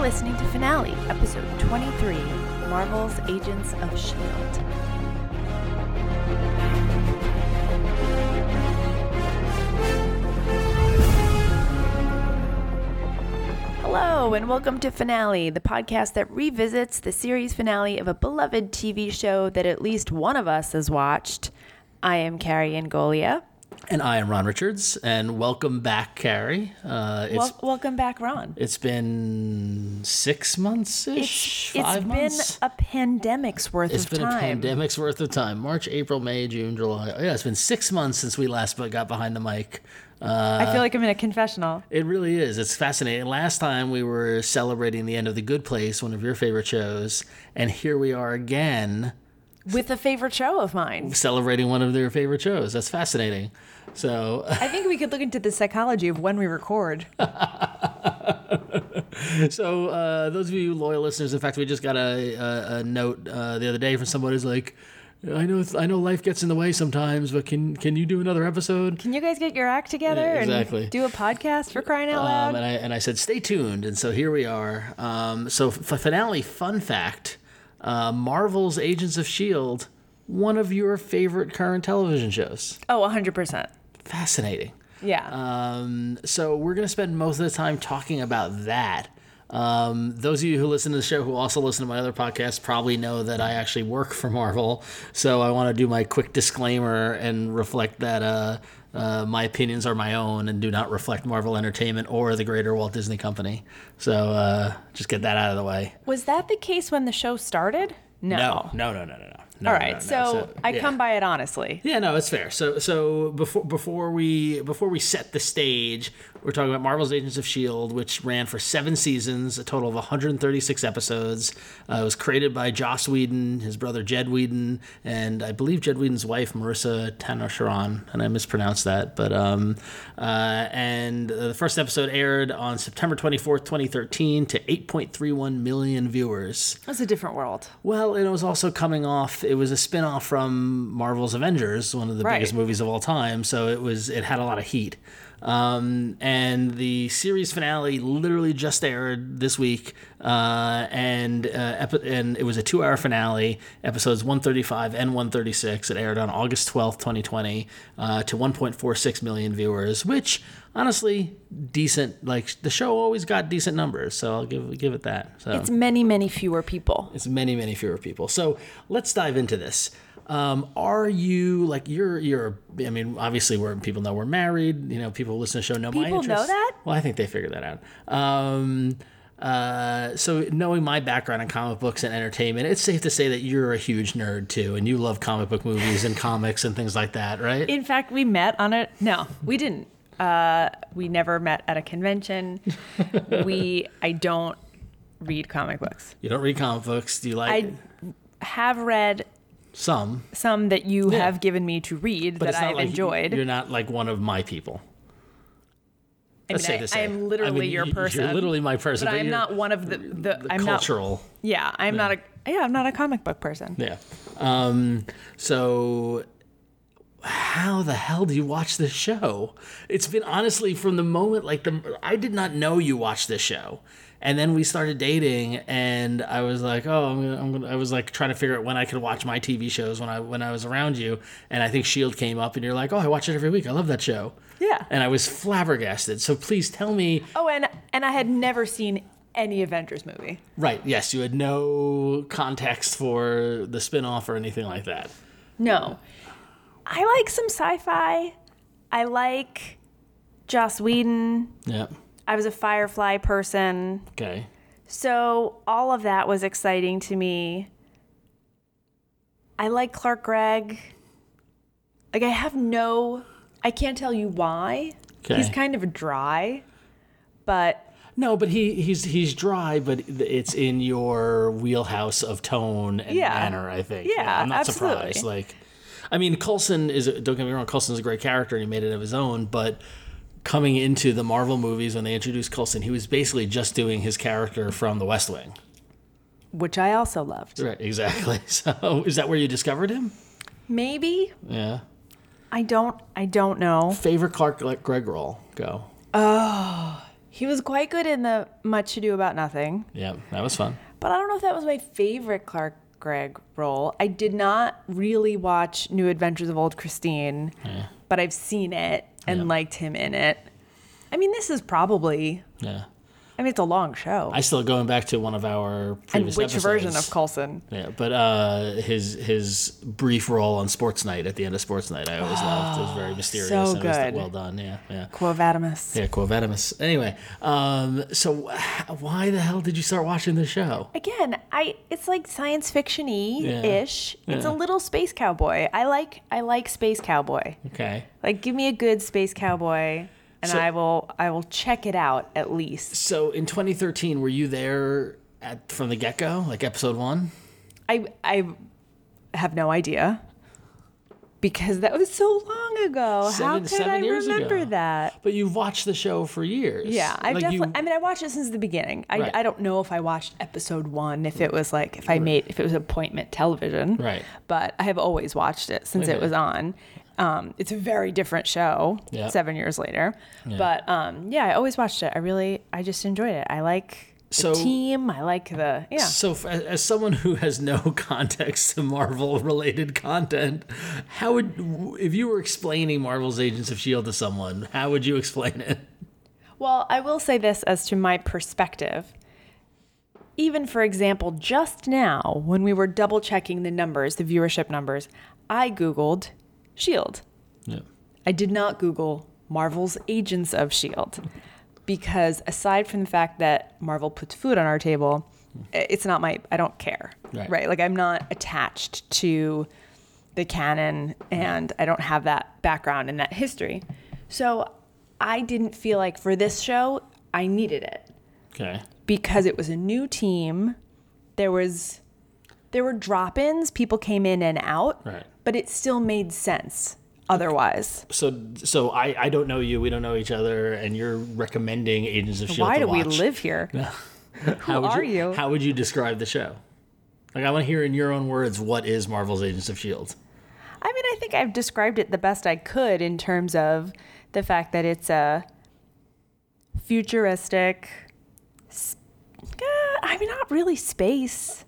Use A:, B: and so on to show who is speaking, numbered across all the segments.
A: listening to Finale, Episode 23 Marvel's Agents of S.H.I.E.L.D. Hello, and welcome to Finale, the podcast that revisits the series finale of a beloved TV show that at least one of us has watched. I am Carrie Angolia.
B: And I am Ron Richards, and welcome back, Carrie. Uh, it's
A: Wel- welcome back, Ron.
B: it's been six months ish,
A: It's
B: 5 months.
A: been a pandemic's worth
B: it's
A: of
B: been
A: time.
B: a pandemic's worth of time. March, April, May, June, July. Yeah, it's been six months since we last got behind the mic. Uh,
A: I feel like I'm in a confessional.
B: It really is. It's fascinating. Last time we were celebrating the end of The Good Place, one of your favorite shows, and here we are again
A: with a favorite show of mine.
B: celebrating one of their favorite shows. That's fascinating. So,
A: I think we could look into the psychology of when we record.
B: So, uh, those of you loyal listeners, in fact, we just got a, a, a note uh, the other day from somebody who's like, "I know, I know, life gets in the way sometimes, but can can you do another episode?"
A: Can you guys get your act together
B: exactly.
A: and do a podcast for crying out loud?
B: Um, and I and I said, "Stay tuned." And so here we are. Um, so, f- finale, fun fact: uh, Marvel's Agents of Shield, E one of your favorite current television shows.
A: oh, 100%.
B: Fascinating.
A: Yeah.
B: Um, so we're going to spend most of the time talking about that. Um, those of you who listen to the show who also listen to my other podcast probably know that I actually work for Marvel. So I want to do my quick disclaimer and reflect that uh, uh, my opinions are my own and do not reflect Marvel Entertainment or the greater Walt Disney Company. So uh, just get that out of the way.
A: Was that the case when the show started? No.
B: no, no, no, no, no. no
A: All
B: no,
A: right.
B: no, no.
A: so, I
B: yeah.
A: come by it honestly.
B: Yeah, no, it's fair. So, so before before we before we set the stage, we're talking about Marvel's Agents of Shield, E which ran for seven seasons, a total of 136 episodes. Uh, it was created by Joss Whedon, his brother Jed Whedon, and I believe Jed Whedon's wife Marissa Tanasharan, and I mispronounced that. But um, uh, and uh, the first episode aired on September 24th, 2013, to 8.31 million viewers.
A: It was a different world.
B: Well, and it was also coming off. It was a spin-off from Marvel's Avengers, one of the
A: Right.
B: biggest movies of all time. So it was it had a lot of heat. Um, and the series finale literally just aired this week, uh, and uh, epi- and it was a two-hour finale, episodes 135 and 136. It aired on August 12th, 2020, uh, to 1.46 million viewers, which honestly decent. Like the show always got decent numbers, so I'll give give it that. So
A: It's many, many fewer people.
B: it's many, many fewer people. So let's dive into this. Um, are you like you're you're? I mean, obviously, we're people know we're married. You know, people who listen to the show know my
A: People know
B: interests.
A: that?
B: Well, I think they figured that out. Um, uh, so knowing my background in comic books and entertainment, it's safe to say that you're a huge nerd too, and you love comic book movies and comics and things like that, right?
A: In fact, we met on a no, we didn't. Uh, we never met at a convention. we I don't read comic books.
B: you don't read comic books. Do you like
A: I have read
B: some?
A: some that you
B: Yeah.
A: have given me to read that
B: But it's not
A: I have
B: like you-
A: enjoyed.
B: You're not like one of my people.
A: I
B: That's
A: mean,
B: safe to
A: I, I
B: say.
A: am literally
B: mean,
A: your
B: you-
A: person.
B: You're literally my person.
A: but I'm
B: you're-
A: not one of the the,
B: the
A: I'm
B: cultural.
A: not. Yeah, I'm not a yeah, I'm not a comic book person.
B: Yeah. Um, so how the hell do you watch this show? It's been honestly from the moment like the I did not know you watched this show. And then we started dating and I was like, "Oh, I'm gonna, I'm gonna, I was like trying to figure out when I could watch my TV shows when I when I was around you." And I think Shield came up and you're like, "Oh, I watch it every week. I love that show."
A: Yeah.
B: And I was flabbergasted. So please tell me
A: Oh, and and I had never seen any Avengers movie.
B: Right, yes, you had no context for the spin-off or anything like that.
A: No. I like some sci-fi. I like Joss Whedon.
B: Yeah.
A: I was a Firefly person.
B: Okay.
A: So all of that was exciting to me. I like Clark Gregg. Like I have no I can't tell you why.
B: Okay.
A: He's kind of dry, but
B: No, but he he's he's dry, but it's in your wheelhouse of tone and
A: Yeah.
B: manner. I think.
A: Yeah,
B: I'm not
A: absolutely.
B: surprised. Like, I mean, Coulson is don't get me wrong. Coulson's a great character, and he made it of his own. But coming into the Marvel movies when they introduced Coulson, he was basically just doing his character from The West Wing.
A: which I also loved.
B: Right. Exactly. So is that where you discovered him?
A: Maybe
B: Yeah.
A: I don't I don't know.
B: Favorite Clark Gregg role? Go.
A: He was quite good in the Much Ado About Nothing,
B: Yeah, that was fun.
A: but I don't know if that was my favorite Clark Gregg role. I did not really watch New Adventures of Old Christine, but I've seen it and
B: Yeah.
A: liked him in it. I mean, this is probably,
B: Yeah.
A: I mean, it's a long show.
B: I still going back to one of our
A: and
B: previous
A: which version
B: episodes.
A: of Coulson?
B: Yeah, but uh, his his brief role on Sports Night at the end of Sports Night, I always loved. It was very mysterious.
A: so
B: and it was
A: good.
B: well done. Yeah, yeah.
A: Quo Vadimus.
B: Yeah, Quo Vadimus. Anyway, um, so wh- why the hell did you start watching the show?
A: Again, I it's like science fiction-y ish. It's a
B: Yeah.
A: little space cowboy. I like I like space cowboy.
B: Okay.
A: Like give me a good space cowboy and
B: So-
A: I will I will check it out at least.
B: So in 2013, were you there at from the get go, like episode one?
A: I I have no idea because that was so long ago. How
B: Seven-
A: could
B: seven
A: I
B: years ago.
A: remember that?
B: But you've watched the show for years.
A: Yeah, I
B: Like, you-
A: definitely. I mean, I watched it since the beginning. I,
B: Right.
A: I don't know if I watched episode one, if it was like if I made if it was appointment television,
B: Right.
A: But I have always watched it since it
B: Okay.
A: was on. Um, it's a very different show.
B: Yeah.
A: Seven years later, but um, yeah, I always watched it. I really, I just enjoyed it. I like the
B: So-
A: team. I like the yeah.
B: So, f- as as someone who has no context to Marvel-related content, how would w- if you were explaining Marvel's Agents of Shield E to someone, how would you explain it?
A: Well, I will say this as to my perspective. Even for example, just now when we were double checking the numbers, the viewership numbers, I Googled S.H.I.E.L.D.
B: Yeah.
A: E I did not Google Marvel's Agents of S.H.I.E.L.D. E because aside from the fact that Marvel puts food on our table, i- it's not my, I don't care.
B: Right.
A: Like I'm not attached to the canon and I don't have that background and that history. So I didn't feel like for this show, I needed it
B: Okay.
A: because it was a new team. There was, there were drop ins, people came in and out,
B: Right.
A: but it still made sense otherwise.
B: So, so I, I don't know you. We don't know each other, and you're recommending Agents of Shield.
A: Why
B: E to
A: do we
B: watch.
A: live here?
B: How would
A: are you?
B: How would you describe the show? Like, I want to hear in your own words what is Marvel's Agents of Shield.
A: I mean, I think I've described it the best I could in terms of the fact that it's a futuristic. s- uh, I mean, not really space.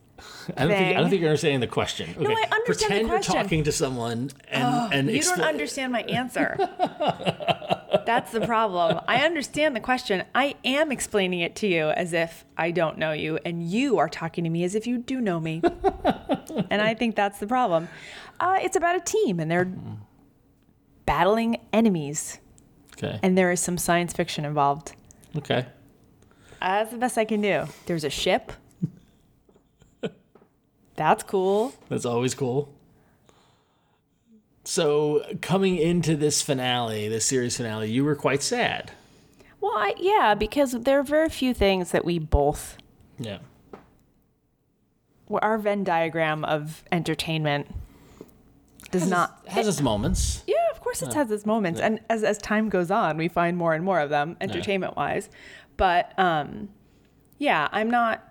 B: I don't think I
A: Thing.
B: don't think you're understanding the question. Okay.
A: I understand the
B: Pretend you're
A: question. Oh,
B: talking to someone and and
A: You
B: expl-
A: don't understand my answer. That's the problem. I understand the question. I am explaining it to you as if I don't know you, and you are talking to me as if you do know me. and I think that's the problem. Uh, it's about a team, and they're battling enemies,
B: Okay.
A: and there is some science fiction involved.
B: Okay.
A: Uh, that's the best I can do. There's a ship. That's cool.
B: That's always cool. So coming into this finale, this series finale, you were quite sad.
A: Well, I, yeah, because there are very few things that we both
B: Yeah.
A: Well, our Venn diagram of entertainment does not.
B: It has its moments.
A: yeah, of course, it has its moments, and as as time goes on, we find more and more of them, entertainment wise. But um, yeah, I'm not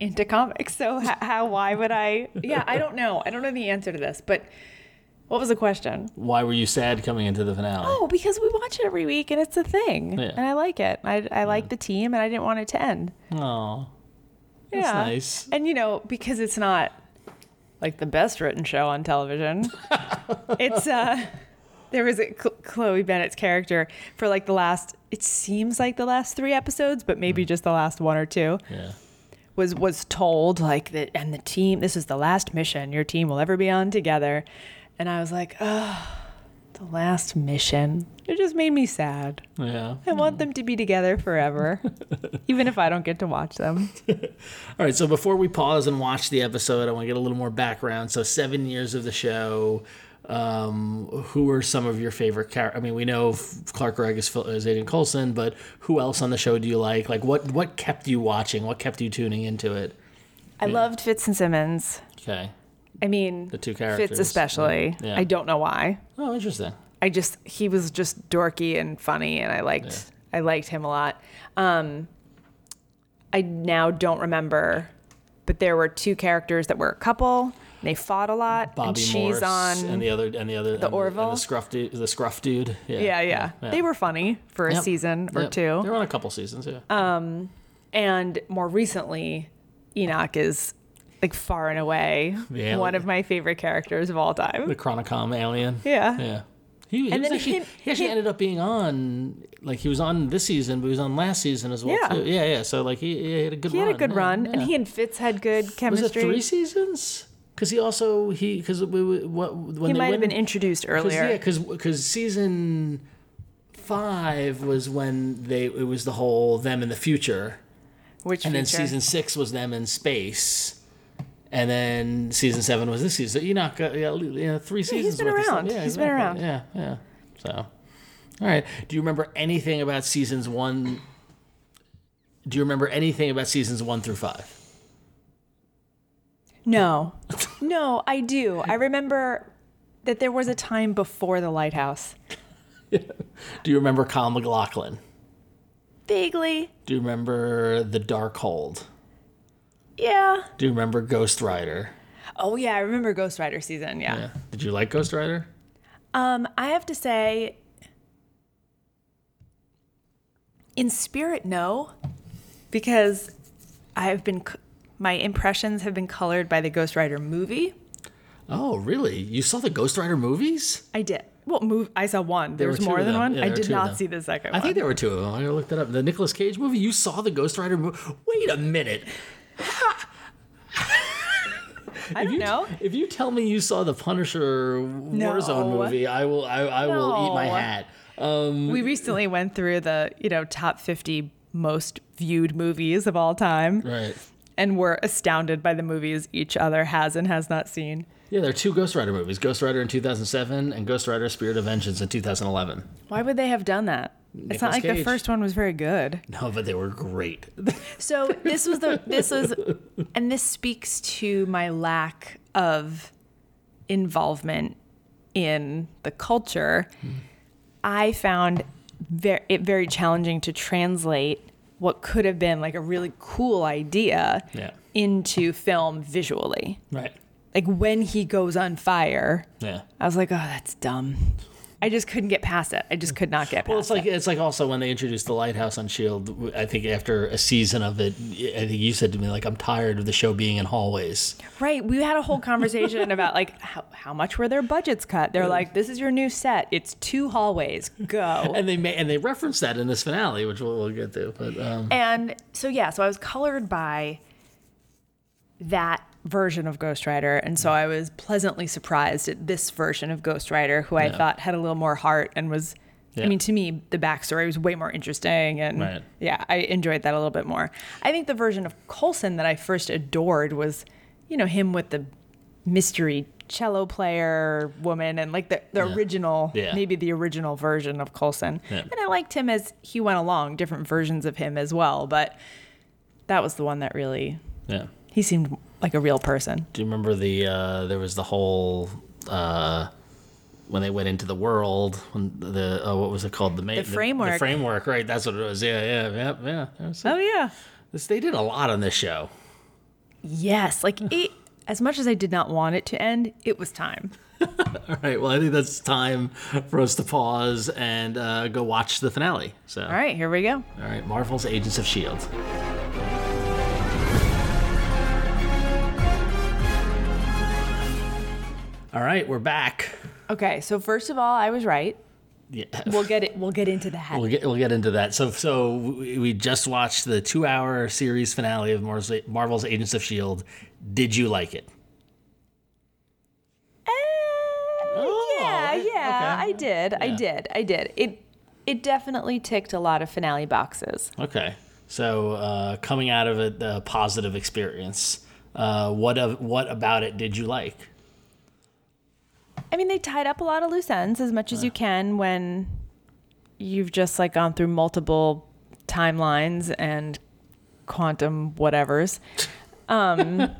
A: into comics, so h- how? Why would I? Yeah, I don't know. I don't know the answer to this, but. What was the question?
B: Why were you sad coming into the finale?
A: Oh, because we watch it every week and it's a thing.
B: Yeah.
A: And I like it. I, I like the team and I didn't want it to end.
B: Aw. That's nice.
A: And you know, because it's not like the best written show on television, it's uh there was a Cl- Chloe Bennett's character for like the last it seems like the last 3 episodes, but maybe
B: Mm.
A: just the last one or two
B: Yeah.
A: was was told like that and the team this is the last mission your team will ever be on together. And I was like, "Oh, the last mission." It just made me sad.
B: Yeah.
A: I want them to be together forever, even if I don't get to watch them.
B: All right, so before we pause and watch the episode, I want to get a little more background. So, seven years of the show. Um, who are some of your favorite characters? I mean, we know f- Clark Gregg is, Phil- is Aiden Coulson, but who else on the show do you like? Like, what what kept you watching? What kept you tuning into it?
A: I loved Fitz and Simmons.
B: Okay.
A: I mean,
B: The two
A: Fitz
B: characters.
A: especially.
B: Yeah.
A: I don't know why.
B: Oh, interesting.
A: I just he was just dorky and funny, and I liked I liked him a lot. Um, I now don't remember, but there were two characters that were a couple, They fought a lot,
B: Bobby
A: and she's
B: Morse
A: on.
B: and the other and the other and the
A: Orville?
B: and the scruff dude, the scruff dude.
A: yeah,
B: Yeah,
A: yeah, They were funny for a
B: Yep.
A: season or
B: Yep.
A: two. Um,
B: They were on a couple seasons. Yeah,
A: And more recently, Enoch is like far and away
B: The alien.
A: one of my favorite characters of all time.
B: the Chronicom alien.
A: Yeah.
B: yeah. He, he
A: And
B: was
A: then
B: actually,
A: him-
B: he actually
A: him-
B: ended up being on like he was on this season, but he was on last season as well
A: Yeah.
B: too. Yeah, yeah. So like he, he had a good
A: He
B: run.
A: had a good
B: yeah,
A: run, and
B: yeah.
A: he and Fitz had good
B: was it
A: chemistry.
B: three seasons? Because he also he because we, we, what when
A: he
B: they
A: might have been
B: went
A: introduced
B: Cause, yeah,
A: earlier.
B: because season five was when they it was the whole them in the future,
A: Which
B: and then
A: feature?
B: season six was them in space, and then season seven was this season. So Enoch, uh, yeah, you know, three seasons.
A: been
B: worth of
A: around.
B: stuff. Yeah,
A: He's been
B: exactly. Yeah, yeah. So, all right. Do you remember anything about seasons one? Do you remember anything about seasons one through five?
A: No, no, I do. I remember that there was a time before the lighthouse.
B: Do you remember Kyle McLaughlin?
A: Vaguely,
B: Do you remember the Dark Hold?
A: yeah.
B: Do you remember Ghost Rider?
A: Oh yeah, I remember Ghost Rider season. Yeah.
B: Yeah. Did you like Ghost Rider?
A: Um, I have to say, in spirit, no, because I have been c- my impressions have been colored by the Ghost Rider movie.
B: Oh, really? You saw the Ghost Rider movies?
A: I did. Well, move. I saw one. There,
B: were
A: was
B: two
A: more
B: of
A: than
B: them.
A: one.
B: Yeah,
A: I
B: there were
A: did
B: two of
A: not
B: them.
A: see the second
B: I
A: one.
B: think there were two of them. I gotta look that up. The Nicolas Cage movie. You saw the Ghost Rider movie? Wait a minute.
A: I don't know.
B: If you tell me you saw the Punisher Warzone movie, I will. I, I will eat my
A: No.
B: hat. Mm-hmm.
A: We recently went through the you know top fifty most viewed movies of all time,
B: Right.
A: and were astounded by the movies each other has and has not seen.
B: Yeah, there are two Ghost Rider movies: Ghost Rider in 2007 and Ghost Rider: Spirit of Vengeance in 2011.
A: Why would they have done that? it's not
B: Nicolas
A: like the
B: Cage.
A: first one was very good.
B: No, but they were great.
A: So this was the this was and this speaks to my lack of involvement in the culture. I found ver it very challenging to translate what could have been like a really cool idea
B: Yeah.
A: into film visually.
B: Right.
A: Like when he goes on fire,
B: Yeah.
A: I was like, "Oh, that's dumb." I just couldn't get past it. I just could not get past
B: Well, it's like
A: it.
B: it's like also when they introduced the lighthouse on Shield. w- I think after a season of it, I think you said to me like, "I'm tired of the show being in hallways."
A: Right. We had a whole conversation about like how, how much were their budgets cut? They're like, this is your new set. It's two hallways. Go.
B: And they may, and they referenced that in this finale, which we'll, we'll get to. But um,
A: and so yeah, so I was colored by that version of Ghost Rider, and so I was pleasantly surprised at this version of Ghost Rider, who I thought had a little more heart and was.
B: Yeah.
A: I mean, to me, the backstory was way more interesting, and
B: Right.
A: yeah, I enjoyed that a little bit more. I think the version of Colson that I first adored was, you know, him with the mystery cello player woman and like the, the original,
B: Yeah.
A: maybe the original version of Colson.
B: Yeah.
A: And I liked him as he went along, different versions of him as well, but that was the one that really
B: yeah,
A: he seemed like a real person.
B: do you remember the uh, there was the whole uh, when they went into the world when the oh, what was it called the, ma- the the,
A: framework.
B: framework right? That's what it was. Yeah, yeah, yeah, yeah. That was-
A: Oh yeah.
B: this- they did a lot on this show.
A: Yes, like it as much as I did not want it to end, it was time.
B: All right. Well, I think that's time for us to pause and uh, go watch the finale. So.
A: All right, here we go.
B: All right, Marvel's Agents of S.H.I.E.L.D. All right, we're back.
A: Okay, so first of all, I was right.
B: Yeah.
A: We'll get it we'll get into that.
B: We'll get, we'll get into that. So so we we just watched the two hour series finale of Marvel's, Marvel's Agents of Shield. E Did you like it?
A: Eh, yeah,
B: okay.
A: yeah, I did. I
B: Yeah.
A: did. I did. It it definitely ticked a lot of finale boxes.
B: Okay. So uh, coming out of it, a positive experience. Uh, what of what about it did you like?
A: I mean, they tied up a lot of loose ends as much as you can when you've just like gone through multiple timelines and quantum whatevers. Um, yeah,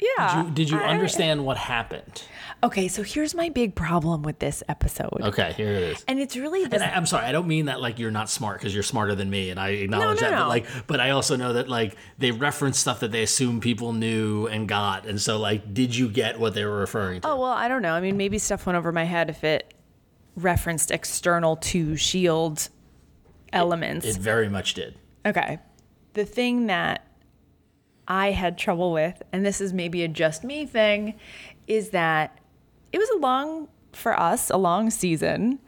A: Yeah.
B: Did you, did you
A: I-
B: understand what happened?
A: Okay, so here's my big problem with this episode.
B: Okay, here it is.
A: And it's really this
B: And I, I'm sorry, I don't mean that like you're not smart because you're smarter than me, and I acknowledge
A: no,
B: that. But
A: no.
B: like, but I also know that like they reference stuff that they assume people knew and got, and so like, did you get what they were referring to?
A: Oh, well, I don't know. I mean, maybe stuff went over my head if it referenced external to shield elements.
B: It very much did.
A: okay. The thing that I had trouble with, and this is maybe a just me thing, is that it was a long, for us, a long season.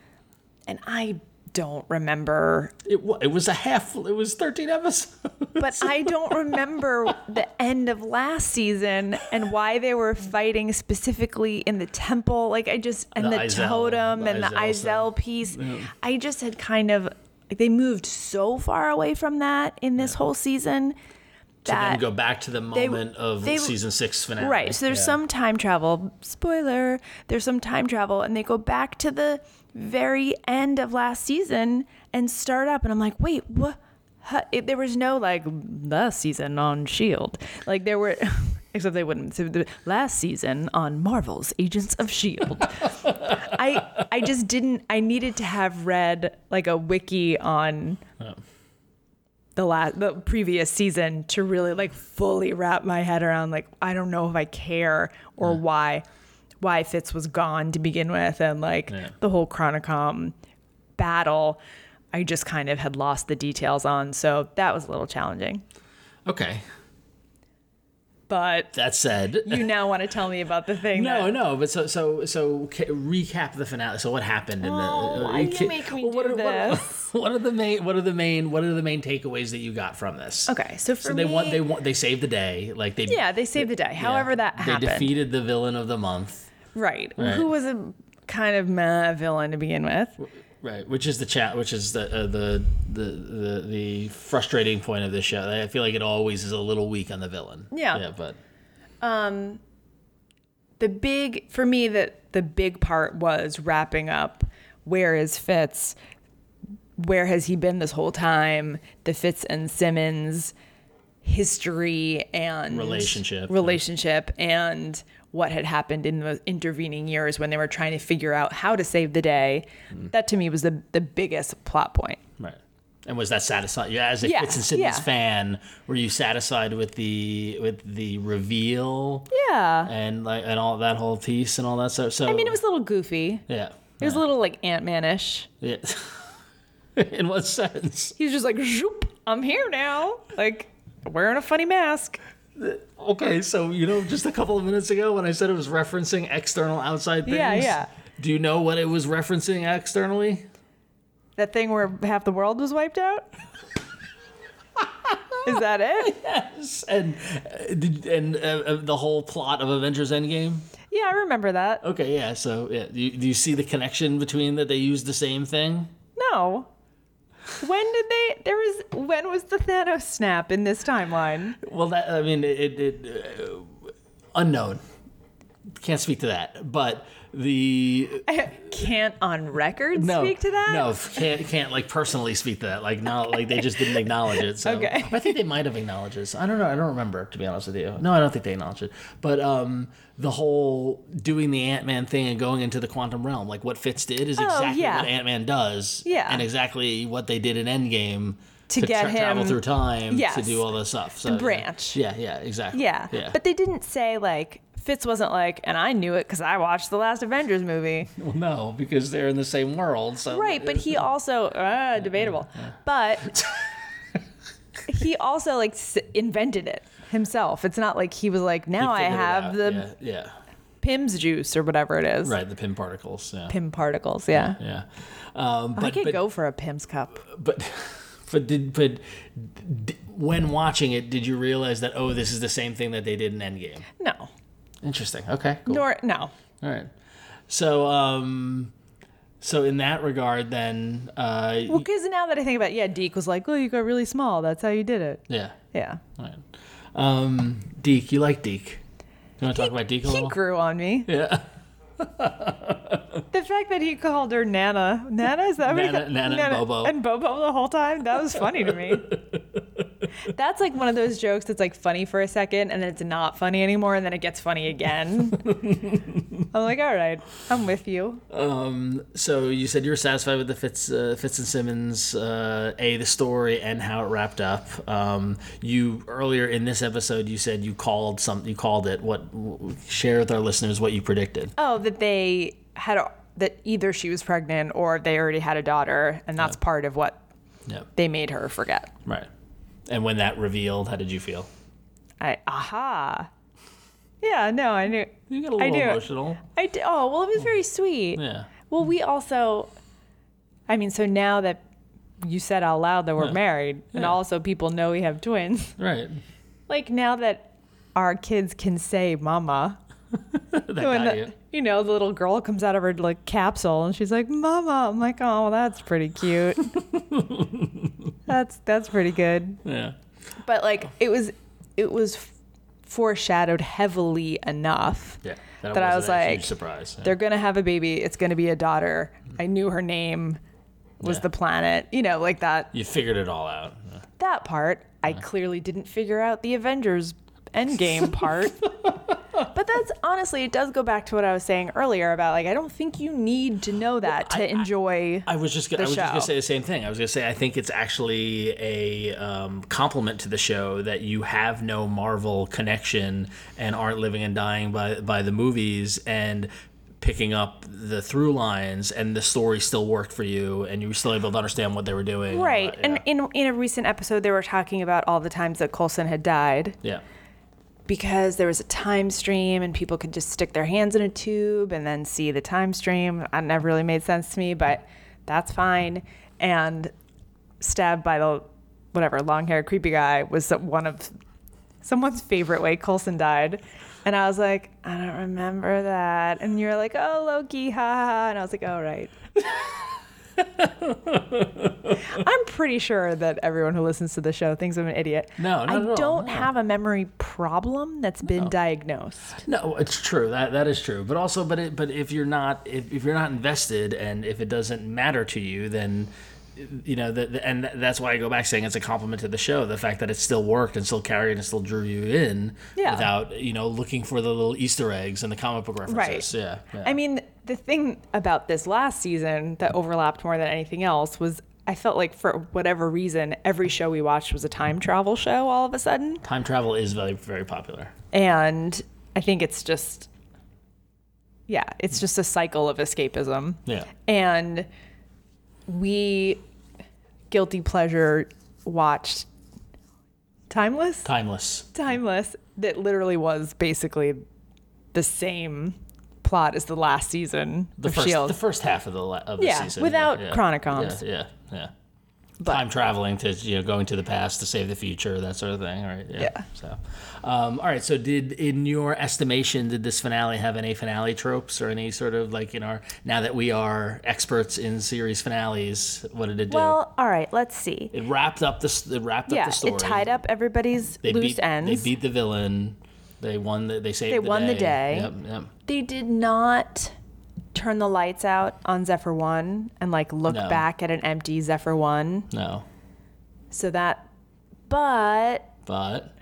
A: And I don't remember,
B: It wa- it was a half. It was 13 episodes.
A: but I don't remember the end of last season and why they were fighting specifically in the temple. Like I just, and
B: The
A: the,
B: Izel-
A: totem
B: the
A: and the
B: Izel stuff.
A: Izel piece. I just had kind of, like they moved so far away from that in this whole season.
B: and then go back to the moment of
A: they-
B: season six finale.
A: Right. So there's
B: Yeah.
A: some time travel. Spoiler. There's some time travel, and they go back to the very end of last season and start up. And I'm like, wait, what? Huh? It, there was no like last season on Shield. E Like there were, except they wouldn't. So the last season on Marvel's Agents of Shield. E I I just didn't. I needed to have read like a wiki on the last the previous season to really like fully wrap my head around like I don't know if I care or why why Fitz was gone to begin with and like
B: Yeah.
A: the whole Chronicom battle I just kind of had lost the details on so that was a little challenging
B: Okay.
A: but
B: That said,
A: you now want to tell me about the thing
B: No,
A: that,
B: no, but so so so ca- recap the finale. So what happened in the? uh,
A: Oh, why do you make me
B: what
A: do
B: are,
A: this?
B: What, are the main? What are the main? What are the main takeaways that you got from this?
A: okay so for
B: So
A: me
B: they want they want they saved the day. Like they
A: yeah they saved the day however that
B: they
A: happened
B: defeated the villain of the month.
A: right.
B: Right.
A: who was a kind of meh villain to begin with
B: Right, which is the chat, which is the uh, the, the the the frustrating point of this show. I feel like it always is a little weak on the villain.
A: Yeah.
B: yeah, but
A: the big for me that the big part was wrapping up where is Fitz? Where has he been this whole time? The Fitz and Simmons history and
B: Relationship.
A: relationship and what had happened in the intervening years when they were trying to figure out how to save the day.
B: Mm-hmm.
A: That to me was the the biggest plot point.
B: Right. And was that satisfied? Yeah, as a
A: Yeah,
B: Fitz and Simmons
A: yeah.
B: fan, were you satisfied with the with the reveal?
A: Yeah.
B: And like and all that whole piece and all that stuff. So
A: I mean, it was a little goofy.
B: yeah.
A: It was a little like Ant Man ish.
B: Yeah. In what sense?
A: He's just like, Zoop, I'm here now. Like, wearing a funny mask.
B: Okay, so you know, just a couple of minutes ago when I said it was referencing external outside things.
A: Yeah, yeah.
B: Do you know what it was referencing externally?
A: That thing where half the world was wiped out? Is that it?
B: And uh, did, and uh, uh, the whole plot of Avengers Endgame.
A: Yeah, I remember that.
B: Okay, yeah. So yeah, do you, do you see the connection between that they used the same thing?
A: No. When did they there was when was the Thanos snap in this timeline?
B: Well, that I mean, it, it, uh, unknown. Can't speak to that. But the
A: I can't on record
B: no,
A: speak to that?
B: No, can't can't like personally speak to that. Like no, like they just didn't acknowledge it. So.
A: Okay.
B: But I think they might have acknowledged this. I don't know. I don't remember to be honest with you. No, I don't think they acknowledged it. But um, the whole doing the Ant Man thing and going into the quantum realm, like what Fitz did, is exactly
A: Oh, yeah.
B: what Ant Man does.
A: Yeah.
B: And exactly what they did in Endgame.
A: To get
B: travel
A: him-
B: through time to
A: Yes.
B: do all this stuff. So, yeah.
A: branch.
B: Yeah, yeah, exactly.
A: Yeah.
B: yeah.
A: But they didn't say like Fitz wasn't like, and I knew it because I watched the last Avengers movie.
B: Well, no, because they're in the same world. So
A: Right, but he also uh, debatable. But he also like s- invented it himself. It's not like he was like,
B: He
A: now I
B: figured it
A: have
B: out.
A: the
B: yeah, yeah.
A: Pim's juice or whatever it is.
B: right the pin particles. Yeah,
A: Pim particles, yeah.
B: yeah. Um, but
A: I could
B: but, Uh,
A: go for a Pim's cup.
B: but but did but d- when watching it, did you realize that oh, this is the same thing that they did in Endgame?
A: No.
B: Interesting. Okay, cool.
A: Nor no.
B: All right. So um, so in that regard, then uh,
A: Well, because now that I think about it, yeah, Deke was like, Oh, you got really small, that's how you did it.
B: yeah.
A: Yeah.
B: All right. Um, Deke, you like Deke? You want to talk about Deke a
A: He
B: little?
A: grew on me.
B: yeah.
A: The fact that he called her Nana. Nana is that what he
B: Nana-
A: called-
B: Nana and Bobo.
A: And Bobo the whole time? That was funny to me. That's like one of those jokes that's like funny for a second and then it's not funny anymore and then it gets funny again. I'm like, all right, I'm with you.
B: Um, so you said you were satisfied with the Fitz, uh, Fitz and Simmons, uh, a the story and how it wrapped up. Um, you earlier in this episode, you said you called some, you called it. What w- share with our listeners what you predicted?
A: Oh, that they had a, that either she was pregnant or they already had a daughter, and that's part of what
B: Yeah,
A: they made her forget.
B: right. And when that revealed, how did you feel?
A: I aha. Yeah, no, I knew.
B: You got a
A: I
B: little
A: knew it.
B: emotional.
A: I d- oh well, it was very sweet.
B: Yeah.
A: Well, we also, I mean, so now that you said out loud that we're
B: Yeah.
A: married, and
B: Yeah.
A: also people know we have twins,
B: Right.
A: like now that our kids can say "mama,"
B: that
A: when
B: got
A: the-
B: you.
A: you know the little girl comes out of her like capsule and she's like "mama," I'm like, oh, that's pretty cute. that's that's pretty good.
B: Yeah.
A: But like, it was it was f- foreshadowed heavily enough.
B: Yeah.
A: That I
B: wasn't
A: was
B: a
A: like,
B: huge surprise. Yeah.
A: they're gonna have a baby it's gonna be a daughter i knew her name was
B: Mm-hmm. Yeah.
A: the planet you know like that
B: You figured it all out.
A: that part i clearly didn't figure out the avengers endgame part but that's honestly it does go back to what i was saying earlier about like i don't think you need to know that to enjoy
B: I was just gonna, I was just
A: show.
B: gonna say the same thing. I was gonna say I think it's actually a um, compliment to the show that you have no Marvel connection and aren't living and dying by by the movies and picking up the through lines and the story still worked for you and you were still able to understand what they were doing. and
A: right
B: what-
A: and in, in a recent episode they were talking about all the times that colson had died
B: yeah.
A: because there was a time stream and people could just stick their hands in a tube and then see the time stream. That never really made sense to me, but that's fine. And stabbed by the whatever long haired creepy guy was some- one of someone's favorite way Colson died. And I was like, I don't remember that. And you were like, oh, Loki, ha ha. ha. And I was like, oh, right. I'm pretty sure that everyone who listens to the show thinks I'm an idiot.
B: No, not
A: I
B: at all,
A: don't
B: no.
A: have a memory problem that's been diagnosed.
B: No, it's true. That that is true. But also, but it, but if you're not if, if you're not invested and if it doesn't matter to you, then you know that and that's why I go back saying it's a compliment to the show. The fact that it still worked and still carried and still drew you in
A: Yeah.
B: without you know looking for the little Easter eggs and the comic book references.
A: Right.
B: Yeah, yeah.
A: I mean, the thing about this last season that overlapped more than anything else was I felt like for whatever reason, every show we watched was a time travel show all of a sudden.
B: time travel is very very popular.
A: And I think it's just, yeah, it's just a cycle of escapism.
B: Yeah.
A: And we, guilty pleasure, watched Timeless.
B: Timeless.
A: Timeless, that literally was basically the same plot as the last season
B: The
A: of
B: first
A: Shield.
B: the first half of the la- of
A: Yeah,
B: the season.
A: without
B: yeah,
A: chronocoms.
B: Yeah, yeah. yeah.
A: But-
B: time traveling to you know going to the past to save the future that sort of thing right
A: Yeah.
B: so um, all right so did in your estimation did this finale have any finale tropes or any sort of like in our now that we are experts in series finales what did it do
A: well, all right, let's see.
B: it wrapped up the s- it wrapped up
A: Yeah,
B: the story
A: it tied up everybody's
B: they
A: loose
B: beat,
A: ends.
B: they beat the villain they won the, they saved
A: They
B: the
A: won the
B: day.
A: day.
B: yep yep
A: They did not turn the lights out on Zephyr 1 and like look
B: No.
A: back at an empty Zephyr 1.
B: no
A: So that, but
B: but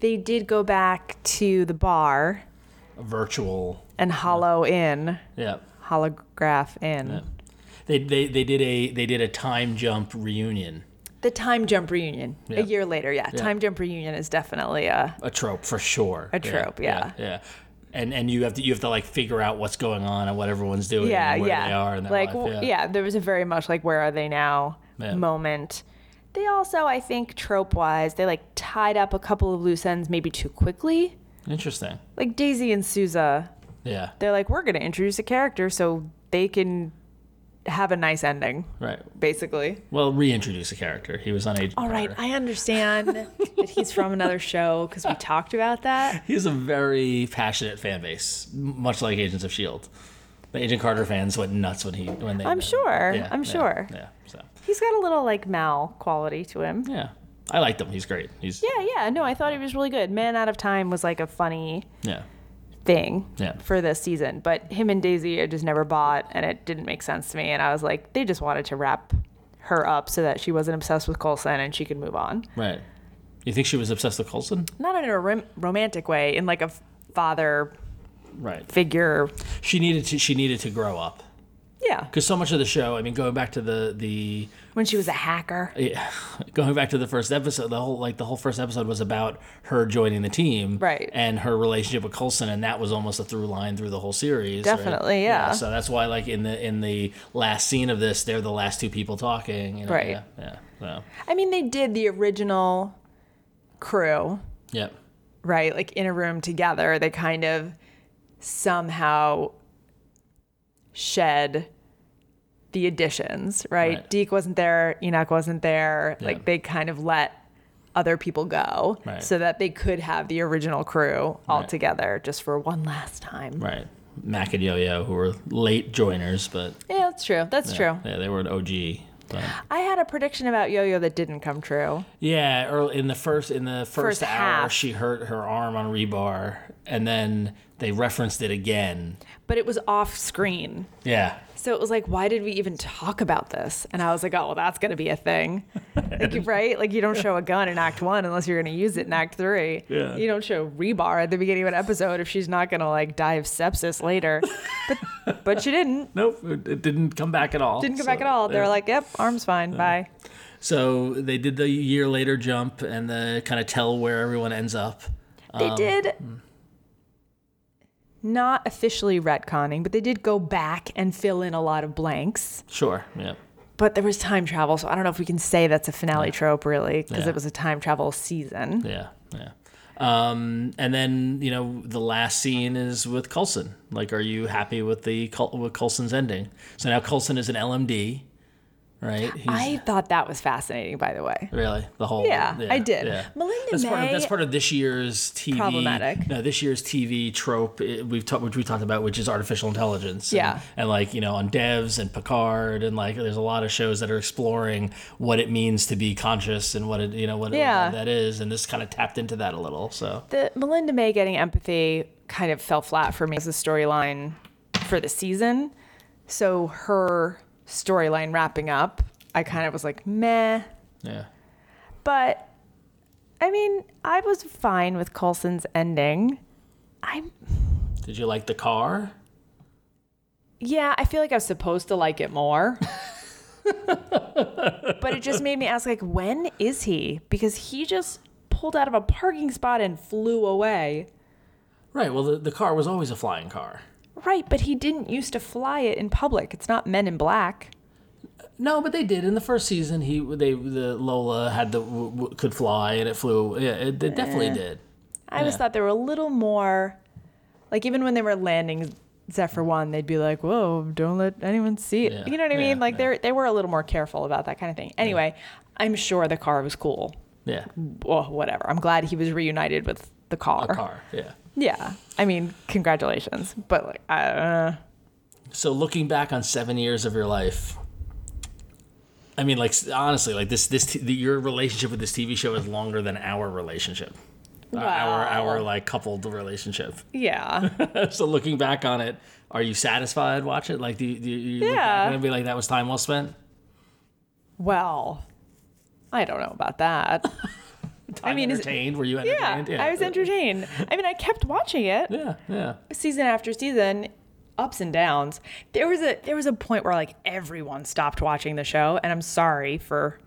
A: they did go back to the bar
B: virtual
A: and hollow in,
B: yep
A: holograph in.
B: they, they, they did a they did a time jump reunion
A: The time jump reunion
B: Yeah.
A: a year later. Yeah, time jump reunion is definitely a
B: a trope for sure. A
A: trope,
B: yeah. And and you have to you have to like figure out what's going on and what everyone's doing
A: yeah
B: and where
A: yeah
B: they are and their
A: like
B: life.
A: w- There was a very much like where are they now
B: Yeah.
A: moment. They also, I think, trope wise, they like tied up a couple of loose ends maybe too quickly.
B: Interesting.
A: Like Daisy and Souza,
B: Yeah.
A: they're like we're gonna introduce a character so they can have a nice ending,
B: Right.
A: basically.
B: Well, reintroduce a character. He was on Agent.
A: All right,
B: Carter.
A: I understand that he's from another show because we talked about that.
B: He has a very passionate fan base, m- much like Agents of Shield. E The Agent Carter fans went nuts when he when they.
A: I'm sure,
B: Yeah,
A: I'm
B: yeah,
A: sure.
B: Yeah. So
A: He's got a little like Mal quality to him.
B: yeah, I liked him. He's great. He's
A: Yeah, yeah. No, I thought he was really good. Man Out of Time was like a funny
B: yeah.
A: thing
B: Yeah.
A: for this season, but him and Daisy I just never bought and it didn't make sense to me. And I was like, they just wanted to wrap her up so that she wasn't obsessed with Colson and she could move on.
B: Right. You think she was obsessed with Coulson?
A: Not in a rom- romantic way, in like a father
B: Right.
A: figure.
B: She needed to. She needed to grow up
A: Yeah.
B: because so much of the show. I mean, going back to the the
A: When she was a hacker.
B: yeah, going back to the first episode, the whole like the whole first episode was about her joining the team,
A: Right.
B: And her relationship with Coulson, and that was almost a through line through the whole series. right?
A: Definitely, yeah.
B: So that's why, like in the in the last scene of this, they're the last two people talking. You know?
A: Right.
B: Yeah. Yeah. So,
A: I mean, they did the original crew,
B: yeah.
A: right? Like in a room together, they kind of somehow shed the additions, right?
B: Right.
A: Deke wasn't there, Enoch wasn't there.
B: Yeah.
A: Like they kind of let other people go
B: Right.
A: so that they could have the original crew all together just for one last time.
B: Right. Mac and Yo Yo, who were late joiners, but
A: Yeah, that's true. That's true.
B: yeah, they were an OG. But.
A: I had a prediction about Yo Yo that didn't come true.
B: Yeah, early in the first in the first,
A: First
B: hour,
A: half.
B: she hurt her arm on rebar, and then they referenced it again.
A: but it was off screen.
B: Yeah,
A: So it was like, why did we even talk about this? And I was like, oh, well, that's going to be a thing. Like, you- right? Like, you don't show a gun in act one unless you're going to use it in act three.
B: Yeah.
A: You don't show rebar at the beginning of an episode if she's not going to, like, die of sepsis later. But, but she didn't.
B: nope, it, it didn't come back at all.
A: Didn't come
B: So,
A: back at all. They were
B: yeah.
A: like, yep, arm's fine. Bye.
B: so they did the year later jump and the kind of tell where everyone ends up.
A: They
B: Um,
A: did
B: hmm.
A: not officially retconning, but they did go back and fill in a lot of blanks.
B: Sure, yeah,
A: but there was time travel, so I don't know if we can say that's a finale trope really, because
B: Yeah.
A: it was a time travel season.
B: yeah, yeah. Um, and then you know the last scene is with Coulson. Like, are you happy with the Col- with Coulson's ending? So now Coulson is an LMD, right? He's,
A: I thought that was fascinating, by the way.
B: Really, the whole
A: Yeah, I did. Melinda
B: that's part of
A: May-
B: that's part of this year's TV
A: Problematic.
B: No, this year's TV trope eh, we've talked, which we talked about, which is artificial intelligence. and-
A: Yeah.
B: and, like you know on Devs and Picard and like there's a lot of shows that are exploring what it means to be conscious and what it you know what, it-
A: Yeah.
B: that is, and this kind of tapped into that a little. So
A: The Melinda May getting empathy kind of fell flat for me as a storyline for the season. So her storyline wrapping up, I kind of was like, meh.
B: yeah,
A: But I mean, I was fine with Coulson's ending. I'm
B: did you like the car?
A: Yeah, I feel like I was supposed to like it more. but it just made me ask like when is he? Because he just pulled out of a parking spot and flew away.
B: Right. Well, the, the car was always a flying car.
A: Right, but he didn't used to fly it in public. It's not men in black.
B: No, but they did in the first season. He they the Lola had the w- w- could fly and it flew. Yeah, it, it definitely
A: Eh.
B: did.
A: I always
B: Yeah.
A: thought they were a little more like even when they were landing Zephyr 1, they'd be like, "Whoa, don't let anyone see it."
B: Yeah,
A: You know what I
B: yeah,
A: mean? Like
B: yeah.
A: they're they were a little more careful about that kind of thing. Anyway, I'm sure the car was cool.
B: Yeah.
A: Well, whatever. I'm glad he was reunited with the
B: car. Yeah.
A: Yeah, I mean, congratulations, but like, I uh,
B: So looking back on seven years of your life, I mean, like s- honestly, like this, this, t- the, your relationship with this TV show is longer than our relationship, Uh, our our like coupled relationship.
A: yeah,
B: so looking back on it, are you satisfied? Watch it. Like, do you, do you you look
A: Yeah.
B: back and be like, that was time well spent?
A: well, I don't know about that.
B: Time
A: mean, is-
B: entertained? Were you
A: Yeah,
B: entertained? Uh,
A: I was entertained. I mean, I kept watching it
B: Yeah, yeah.
A: season after season, ups and downs. There was a there was a point where like everyone stopped watching the show, and I'm sorry for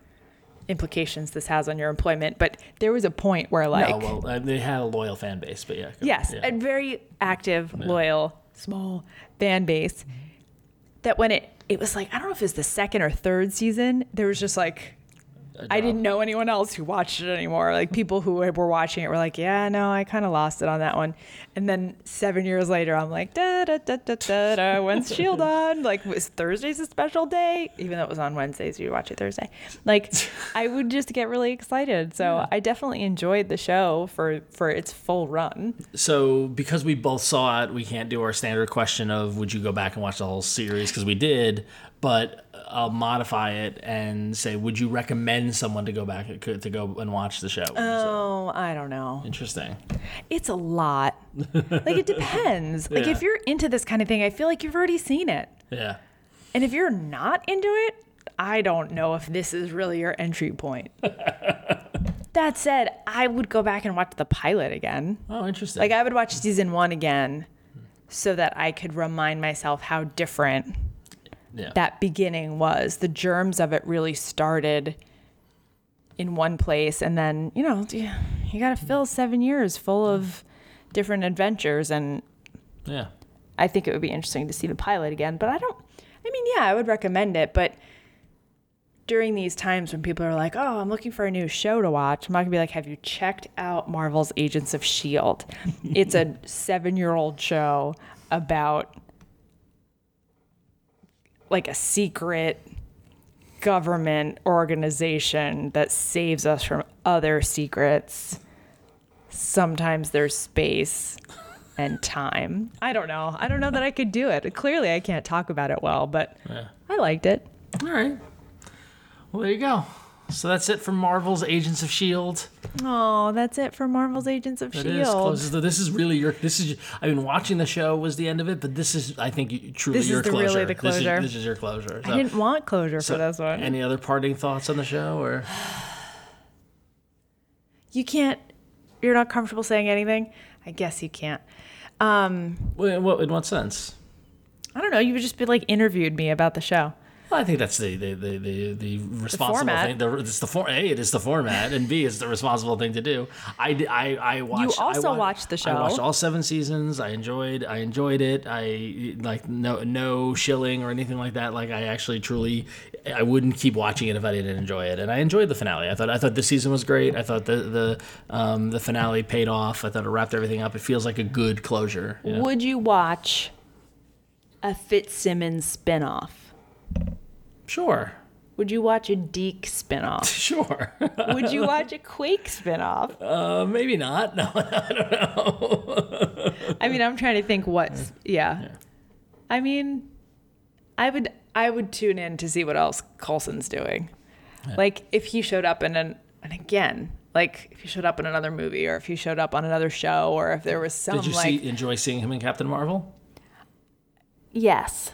A: implications this has on your employment, but there was a point where like
B: oh well, uh, they had a loyal fan base, but yeah. go-
A: Yes,
B: yeah.
A: a very active, loyal, small fan base. That when it it was like I don't know if it was the second or third season, there was just like I didn't know anyone else who watched it anymore. Like people who were watching it were like, yeah, no, I kind of lost it on that one. And then seven years later, I'm like, da da da da da da. When's Shield on? Like, was Thursday's a special day? Even though it was on Wednesdays, you watch it Thursday. Like, I would just get really excited. So I definitely enjoyed the show for for its full run.
B: So because we both saw it, we can't do our standard question of would you go back and watch the whole series because we did, but I'll modify it and say would you recommend someone to go back uh, to go and watch the show? So,
A: Oh, I don't know.
B: interesting.
A: It's a lot. like it depends. Like
B: Yeah.
A: if you're into this kind of thing, I feel like you've already seen it.
B: Yeah.
A: And if you're not into it, I don't know if this is really your entry point. That said, I would go back and watch the pilot again.
B: Oh, interesting.
A: Like I would watch season one again so that I could remind myself how different
B: yeah.
A: that beginning was. The germs of it really started in one place, and then you know you, you got to fill seven years full of different adventures, and
B: yeah.
A: I think it would be interesting to see the pilot again. But I don't. I mean, yeah, I would recommend it, but during these times when people are like, "Oh, I'm looking for a new show to watch," I'm not gonna be like, "Have you checked out Marvel's Agents of Shield?" E it's a seven-year-old show about like a secret government organization that saves us from other secrets. Sometimes there's space and time. I don't know. I don't know that I could do it. Clearly, I can't talk about it well, but
B: Yeah.
A: I liked it.
B: All right. Well, there you go. So that's it for Marvel's Agents of Shield.
A: Oh, that's it for Marvel's Agents of
B: E That is
A: Shield.
B: closes. the- This is really your. This is. I mean, watching the show was the end of it, but this is, I think, you- truly
A: This is
B: your
A: the-
B: closure.
A: really the
B: This is-
A: closure.
B: This is, your closure.
A: I didn't want closure for this one.
B: Any other parting thoughts on the show, or
A: you can't. You're not comfortable saying anything. I guess you can't. Um,
B: Well, in what, in what sense?
A: I don't know. You've just been like interviewed me about the show.
B: Well, I think that's the the the the, the responsible
A: format.
B: thing. The, it's the for, a it is the format, and b it's the responsible thing to do. I d- I I watched.
A: also
B: I wa-
A: watched the
B: I watched
A: show.
B: all seven seasons. I enjoyed. I enjoyed it. I like no no shilling or anything like that. Like I actually truly, I wouldn't keep watching it if I didn't enjoy it. And I enjoyed the finale. I thought I thought this season was great. I thought the the um, the finale paid off. I thought it wrapped everything up. It feels like a good closure. you know?
A: Would you watch a Fitzsimmons spinoff?
B: Sure,
A: Would you watch a Deke spinoff?
B: sure.
A: Would you watch a Quake spinoff?
B: uh, maybe not. No.
A: I mean, I'm trying to think what's yeah. I mean, I would I would tune in to see what else Coulson's doing. Like if he showed up in an and again, like if he showed up in another movie or if he showed up on another show or if there was some
B: Did you
A: like
B: see enjoy seeing him in Captain Marvel?
A: yes.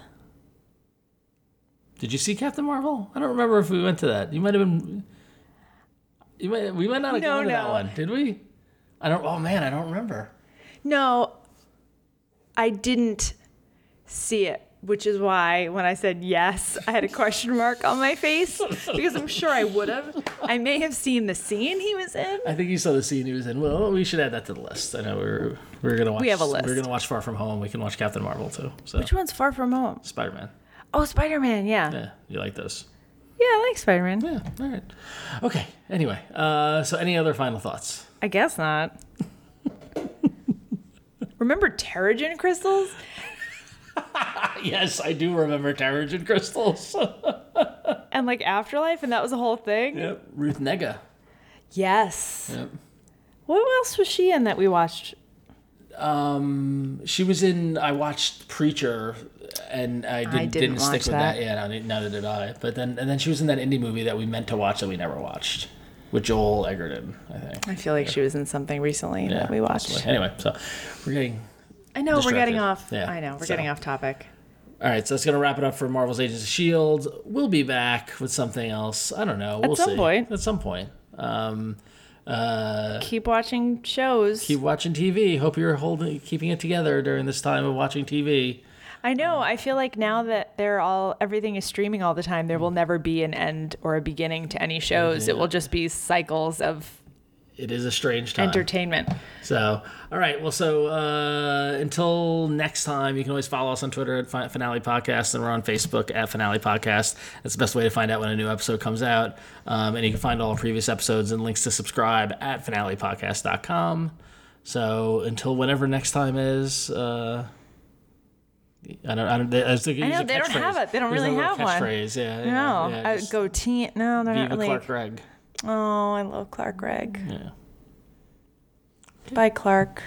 B: Did you see Captain Marvel? I don't remember if we went to that. You might have been. You might. We might not have
A: No,
B: gone to that
A: no.
B: one, did we? I don't. Oh man, I don't remember.
A: No, I didn't see it, which is why when I said yes, I had a question mark on my face because I'm sure I would have. I may have seen the scene he was in.
B: I think you saw the scene he was in. Well, we should add that to the list. I know we were we were gonna watch.
A: We have a list.
B: We are gonna watch Far From Home. We can watch Captain Marvel too. So
A: Which one's Far From Home?
B: Spider Man.
A: Oh, Spider Man, yeah.
B: Yeah, you like those?
A: Yeah, I like Spider Man.
B: Yeah. All right. Okay. Anyway, uh, so any other final thoughts?
A: I guess not. Remember Terrigen crystals?
B: Yes, I do remember Terrigen crystals.
A: And like Afterlife, and that was a whole thing?
B: yep. Ruth Nega.
A: Yes.
B: Yep.
A: What else was she in that we watched?
B: Um, she was in. I watched Preacher, and I didn't,
A: didn't
B: didn't stick
A: watch
B: with that. Yeah, no, neither did I. But then, and then she was in that indie movie that we meant to watch that we never watched, with Joel Egerton, I think.
A: I feel like she was in something recently
B: Yeah,
A: that we watched.
B: possibly. Anyway, so we're getting.
A: I know we're getting
B: Distracted.
A: off.
B: Yeah,
A: I know we're
B: so.
A: getting off topic.
B: All right, so that's gonna wrap it up for Marvel's Agents of Shield. E We'll be back with something else. I don't know. We'll
A: some
B: see.
A: point.
B: At some point. Um, uh,
A: Keep watching shows.
B: keep watching TV. Hope you're holding, keeping it together during this time of watching TV.
A: I know. I feel like now that they're all everything is streaming all the time, there will
B: Mm.
A: never be an end or a beginning to any shows. It will just be cycles of
B: It is a strange time.
A: entertainment.
B: So, all right. Well, so uh, until next time, you can always follow us on Twitter at Fi- Finale Podcast, and we're on Facebook at Finale Podcast. That's the best way to find out when a new episode comes out. Um, and you can find all previous episodes and links to subscribe at finalepodcast.com. So, until whenever next time is, uh, I don't. I don't. I, was thinking
A: I know,
B: use a
A: they don't have
B: catchphrase.
A: it. They don't
B: There's
A: really
B: no little
A: have one.
B: Catchphrase. Yeah.
A: No,
B: Yeah,
A: I
B: yeah,
A: would
B: just
A: go teen. No, they're not
B: Viva
A: really.
B: Clark Gregg.
A: Oh, I love Clark Gregg.
B: Yeah.
A: Bye, Clark.